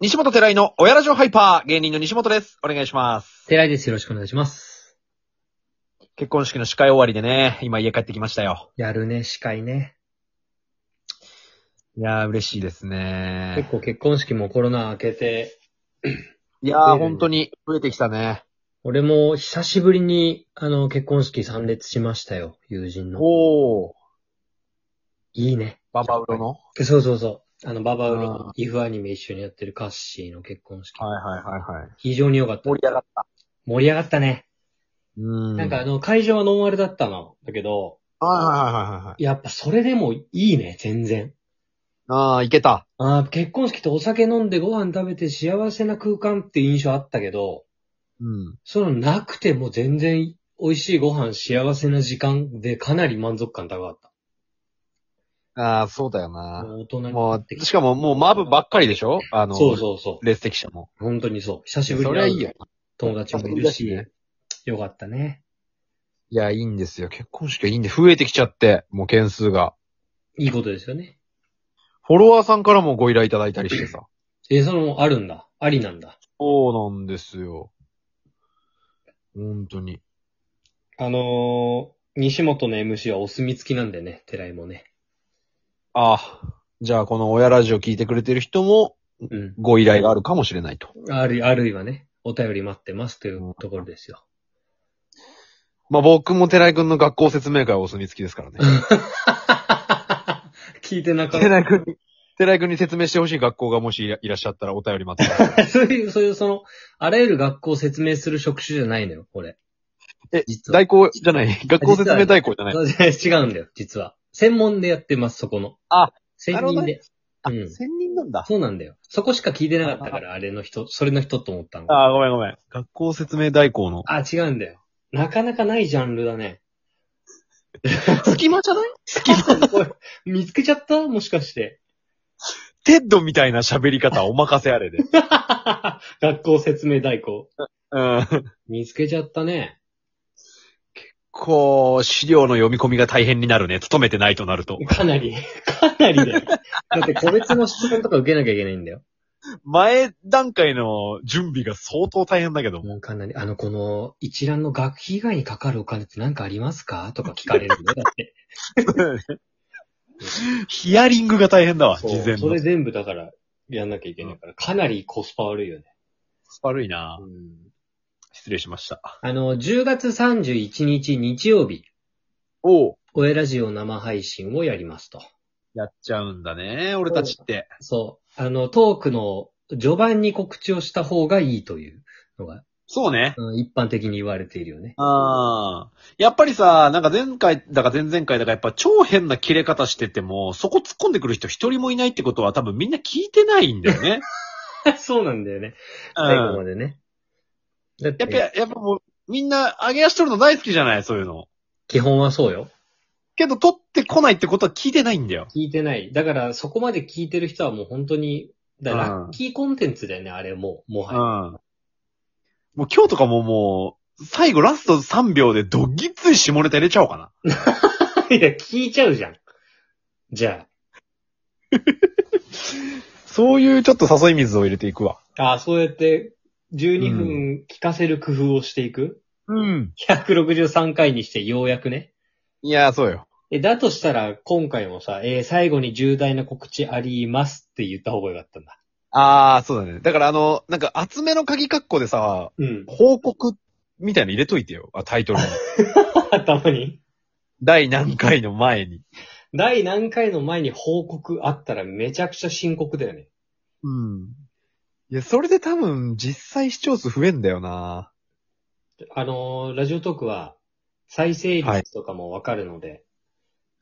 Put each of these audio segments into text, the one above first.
西本寺井の親ラジオハイパー、芸人の西本です。お願いします。寺井です。よろしくお願いします。結婚式の司会終わりでね、今家帰ってきましたよ。やるね、司会ね。いやー、嬉しいです結ね。構結婚式もコロナ明けて、 いやうー、ん本当に増えてきたね。俺も久しぶりに、あの、結婚式参列しましたよ、友人の。おー、いいね。ババウロのはそうそうそう。あの、ババウロあのイフアニメ一緒にやってるカッシーの結婚式。いはいはいはい。非常に良かった盛。り上がった。盛り上がったね。うーん。なんかあの、会場はノンアルだったの。だけど、はいはいはいはいはい。やっぱそれでもいいね、全然。あー、いけた。あー結婚式ってお酒飲んでご飯食べて幸せな空間って印象あったけど、うん。そのなくても全然美味しいご飯、幸せな時間でかなり満足感高かっあー、そうだよた。な。もう大人にもなっうて、きしかももうマブばっかりでしょあの、そうそうそ列席者も。う。本当にそう。久しぶりそにれはい会いよう。友達もいる久しぶりしだし、よかったね。いや、いいんですよ。結婚式はいいんで、増えてきちゃって、もう件数が。いいことですよね。フォロワーさんからもご依頼いただいたりしてさ。え、その、あるんだ。ありなんだ。そうなんですよ。本当に。あのー、西本の MC はお墨付きなんでね、寺井もね。ああ。じゃあ、この親ラジオ聞いてくれてる人も、うん。ご依頼があるかもしれないと。ある、あるいはね、お便り待ってますというところですよ。まあ、僕も寺井くんの学校説明会はお墨付きですからね。 聞いてなかった。寺井くんに、寺井くんに説明してほしい学校がもしいらいらっしゃったらお便り待ってます。 そういう、そういう、その、あらゆる学校を説明する職種じゃないのよ、これ。え実は。代行じゃない。学校説明代行じゃない。違うんだよ、実は。専門でやってます、そこの。あ、専なるほ任どねで。うん専任なんだ。そうなんだよ。そこしか聞いてなかったから、あれの人、それの人と思ったの。ああ、ごめんごめん。学校説明代行の。あ、違うんだよ。なかなかないジャンルだ ね。隙間じゃないおい見つけちゃったもしかして。 テッドみたいな喋り方お任せあれで。学校説明代行。うん。見つけちゃったね。こう、資料の読み込みが大変になるね。勤めてないとなると。かなり、かなりだよ。だって個別の質問とか受けなきゃいけないんだよ。前段階の準備が相当大変だけども。もうかなり、あの、この一覧の学費以外にかかるお金って何かありますかとか聞かれるんだよ。だって。ヒアリングが大変だわ、事前そのれ。全部だから、やんなきゃいけないから、かなりコスパ悪いよね。悪いな失礼しました。あの、10月31日日曜日、おう。声ラジオ生配信をやりますと。やっちゃうんだね、俺たちって。そう。あの、トークの序盤に告知をした方がいいというのが、そうね。うん一般的に言われているよね。ああ。やっぱりさ、なんか前回だか前々回だかやっぱ超変な切れ方してても、そこ突っ込んでくる人一人もいないってことは多分みんな聞いてないんだよ ね。 そうなんだよね。うん。最後やまでね。だっっぱ、やて、っぱもう、みんな上げ足取るの大好きじゃないそういうの。基本はそうよ。けど取ってこないってことは聞いてないんだよ。聞いてない。だから、そこまで聞いてる人はもう本当に、だからうんラッキーコンテンツだよね、あれもう、もはうんや。もう今日とかももう、最後ラスト3秒でどぎつい下ネタ入れちゃおうかな。 いや、聞いちゃうじゃん。じゃそういうちょっと誘い水を入れていくわ。あ。ああ、そうやって、12う分聞かせる工夫をしていく、うん。 ?163 回にしてようやくね。いやー、そうよ。え、だとしたら、今回もさ、えー最後に重大な告知ありますって言った方がよかったんだ。あー、そうだね。だからあの、なんか厚めの鍵括弧でさ、 うん。報告みたいの入れといてよ。あ、タイトル に。頭に。第何回の前に。第何回の前に報告あったらめちゃくちゃ深刻だよね。うん。いや、それで多分、実際視聴数増えんだよなあのーラジオトークは、再生率とかもわかるので、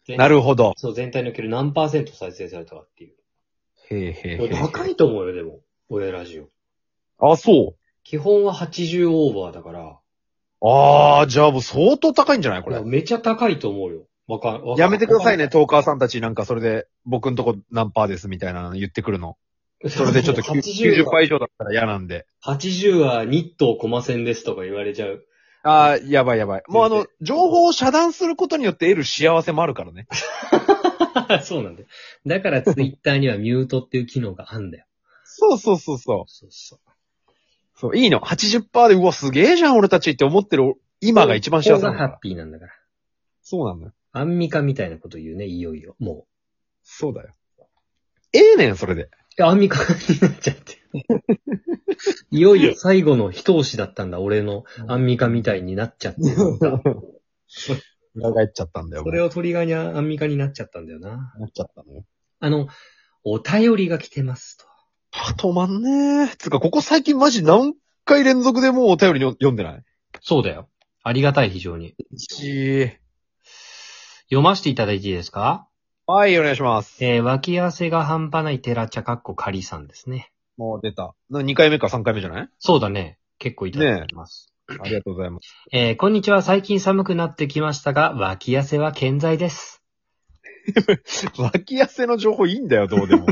全なるほど。そう、全体における何パーセント再生されたかっていう。へーへこれ高いと思うよ、でも。俺ラジオ。あ、そう。基本は80オーバーだから、あー、じゃあもう相当高いんじゃないここれれ。めちゃ高いと思うよ。わかわかやめてくださいね、わかトーカーさんたちなんかそれで、僕んとこ何パーですみたいなの言ってくるの。それで ちょっと 90%, 80は、以上だったら嫌なんで。 80はニットをコマ線ですとか言われちゃう。 ああ、やばいやばい。もうあの全、情報を遮断することによって得る幸せもあるからね。そうなんだよ。だからツイッターにはミュートっていう機能があんだよ。そうそうそうそう。そうそう。そう、いいの。80%で、うわ、すげえじゃん、俺たちって思ってる、今が一番幸せこなこんがだハッピーなんだから。そうなんだよ。アンミカみたいなこと言うね、いよいよ。もそうだよ。ええねん、それで。う。えアンミカになっちゃって。 いよいよ最後の一押しだったんだ、俺のアンミカみたいになっちゃ って。裏返っちゃったんだよ。それをトリガーにアンミカになっちゃったんだよな。思っちゃったのよ。あの、お便りが来てますと。は、止まんねえ。つうか、ここ最近マジ何回連続でもうお便りの読んでないそうだよ。ありがたい、非常に。し読ませていただいていいですかはい、お願いします。えー、脇汗が半端ないテラチャカッコカリさんですね。もう出た。な2回目か3回目じゃないそうだね。結構いただいてます。ありがとうございます。 えーこんにちは。最近寒くなってきましたが、脇汗は健在です。脇汗の情報いいんだよ、どう でも。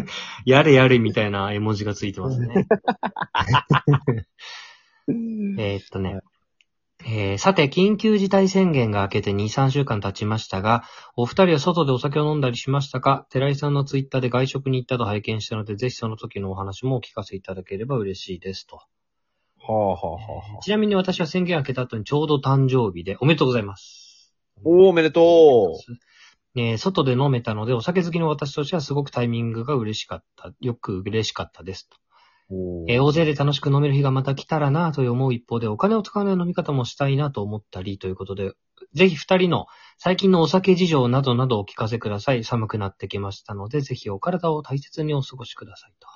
やれやれみたいな絵文字がついてますね。えーっとね。えーさて、緊急事態宣言が明けて2、3週間経ちましたが、お二人は外でお酒を飲んだりしましたか寺井さんのツイッターで外食に行ったと拝見したので、ぜひその時のお話もお聞かせいただければ嬉しいですと。はあはあはあはあ。ちなみに私は宣言明けた後にちょうど誕生日で、おめでとうございます。おーおめでとう。えー外で飲めたので、お酒好きの私としてはすごくタイミングが嬉しかった、よく嬉しかったですと。おえー大勢で楽しく飲める日がまた来たらなという思う一方で、お金を使わない飲み方もしたいなと思ったりということで、ぜひ二人の最近のお酒事情などなどお聞かせください。寒くなってきましたので、ぜひお体を大切にお過ごしくださいと。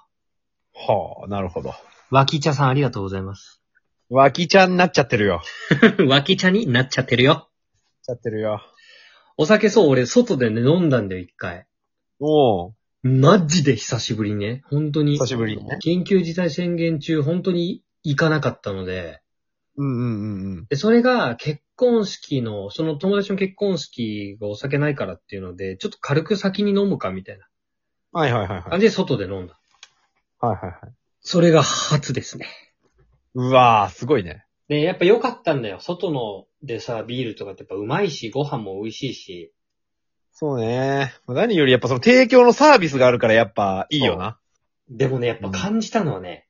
はあ、なるほど。脇茶さんありがとうございます。脇ちゃんになっちゃってるよ。 脇茶になっちゃってるよ。ちゃってるよ。お酒そう、俺外でね、飲んだんだよ、一回。おうマジで久しぶりにね。本当に。久しぶりにね緊急事態宣言中、本当に行かなかったので。うんうんうんうん。で、それが結婚式の、その友達の結婚式がお酒ないからっていうので、ちょっと軽く先に飲むかみたいなはいはいはいはい。はい感じで外で飲んだ。はいはい。それが初ですね。うわー、すごいね。で、やっぱ良かったんだよ。外のでさ、ビールとかってやっぱうまいし、ご飯も美味しいし。そうね。何よりやっぱその提供のサービスがあるからやっぱいいよな。でもね、やっぱ感じたのはね、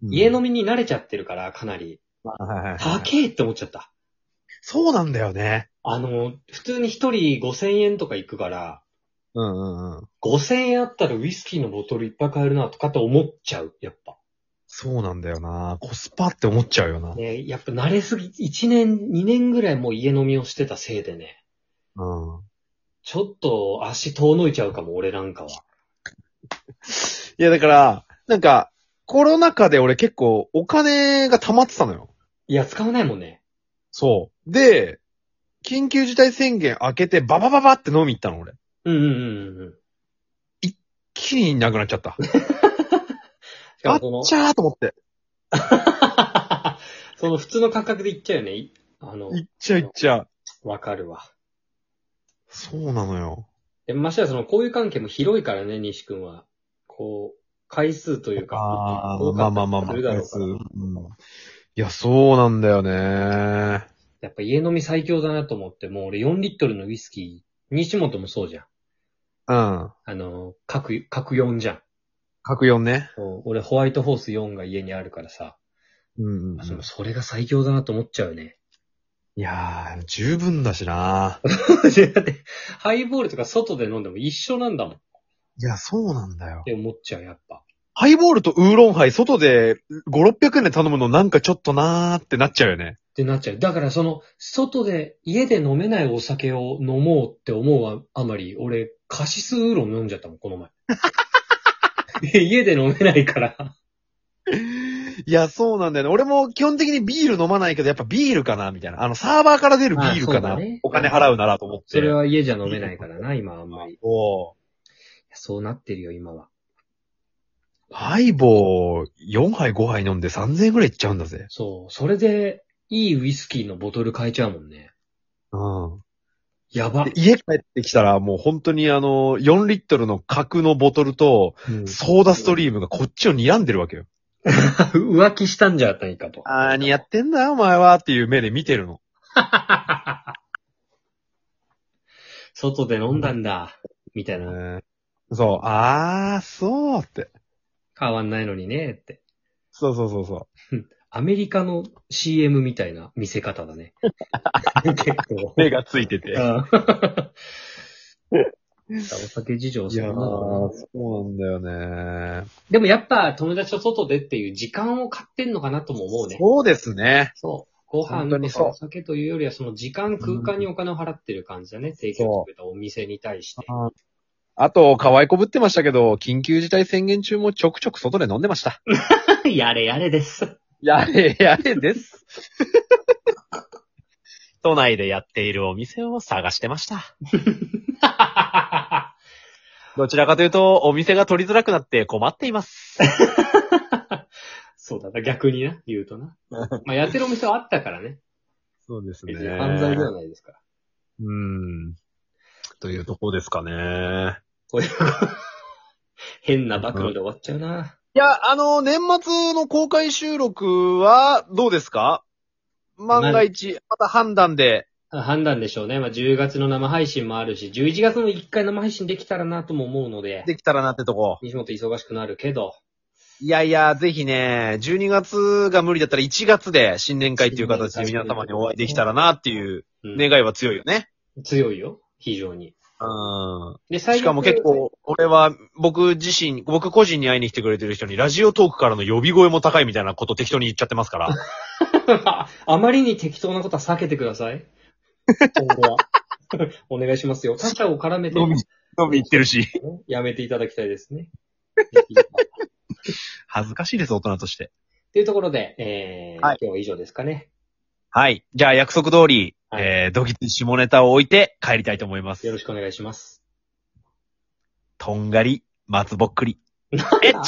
うん家飲みに慣れちゃってるから、かなり、はいはいはい高えって思っちゃった。そうなんだよね。あの、普通に一人5000円とか行くから、うんうんうん。 5000円あったらウイスキーのボトルいっぱい買えるなとかって思っちゃう、やっぱ。そうなんだよな。コスパって思っちゃうよな。ね、やっぱ慣れすぎ、1年、2年ぐらいもう家飲みをしてたせいでね、うん。ちょっと足遠のいちゃうかも、俺なんかは。いやだから、なんか、コロナ禍で俺結構お金が溜まってたのよ。いや、使わないもんね。そう。で、緊急事態宣言明けてババババって飲み行ったの俺。うんうんうんうん。気になくなっちゃった。しかあもっその、ちゃーと思って。 その普通の感覚でいっちゃうよね。いあの、いっちゃいっちゃ。わかるわ。そうなのよ。でましてやその、交友関係も広いからね、西君は。こう、回数というか、あ多あ、まあかったりまあまあまあ。するだろうからうんいや、そうなんだよね。やっぱ家飲み最強だなと思って、もう俺4リットルのウイスキー、西本もそうじゃん。うん。あの、各、各4じゃん。角4ね。うん俺ホワイトホース4が家にあるからさ、うんうんあでもそれが最強だなと思っちゃうよね。 いやー、十分だしな。だって、ハイボールとか外で飲んでも一緒なんだもんっいや、そうなんだよ。て思っちゃう、やっぱ。ハイボールとウーロンハイ、外で5、600円で頼むのなんかちょっとなーってなっちゃうよね。ってなっちゃう。だからその、外で、家で飲めないお酒を飲もうって思うああまり、俺、カシスウーロン飲んじゃったもん、この前。 家で飲めないから。いや、そうなんだよね。俺も基本的にビール飲まないけど、やっぱビールかな、みたいな。あの、サーバーから出るビールかあそな。うだねお金払うならと思って。それは家じゃ飲めないから な、今あんまり。おうそうなってるよ、今は。ハイボー4杯5杯飲んで3000円ぐらいいっちゃうんだぜ。そう。それで、いいウイスキーのボトル変えちゃうもんね。うん。やばで。家帰ってきたらもう本当にあの、4リットルの角のボトルと、うんソーダストリームがこっちを睨んでるわけよ。浮気したんじゃないかと。あーにやってんだお前はっていう目で見てるの。 外で飲んだんだ、みたいなそう、あー、そうって。変わんないのにね、って。そうそうそうそアメリカの CM みたいな見せ方だ ね。結う。。構目がついてて。ああ お酒事情そんなのかなそうなんだよね。でもやっぱ友達と外でっていう時間を買ってんのかなとも思うね。そうですね。そう。ご飯本と当かにそうお酒というよりは、その時間、空間にお金を払ってる感じだね。提供してくれたお店に対して。あと、可愛いこぶってましたけど、緊急事態宣言中もちょくちょく外で飲んでました。 やれやれです。 やれやれです。 都内でやっているお店を探してました。どちらかというと、お店が取りづらくなって困っています。そうだな、逆にな、言うとな。まあ、やってるお店はあったからね。そうです 別に犯罪ではないですから。うん。というとこですかね。こういう、変な暴露で終わっちゃうな。いや、あの、年末の公開収録は、どうですか万が一、また判断で。判断でしょうね。まあ、10月の生配信もあるし、11月の1回生配信できたらなとも思うので、できたらなってとこ。西本忙しくなるけど、いやいや、ぜひね、12月が無理だったら1月で新年会っていう形で皆様にお会いできたらなっていううん願いは強いよね。強いよ。非常に。うで、ん。最しかも結構、俺は僕自身、僕個人に会いに来てくれてる人にラジオトークからの呼び声も高いみたいなこと適当に言っちゃってます から。 ああまりに適当なことは避けてください。今 後は。お願いしますよ。他者を絡めて、飲み、飲み行ってるし。 やめていただきたいで すね。恥ずかしいです、大人として。というところで、えーはい今日は以上ですかね。はい。じゃあ約束通り、はいえー、ドキッチ下ネタを置いて帰りたいと思いまよろす。しくお願いします。とんがり、松ぼっくり。えっち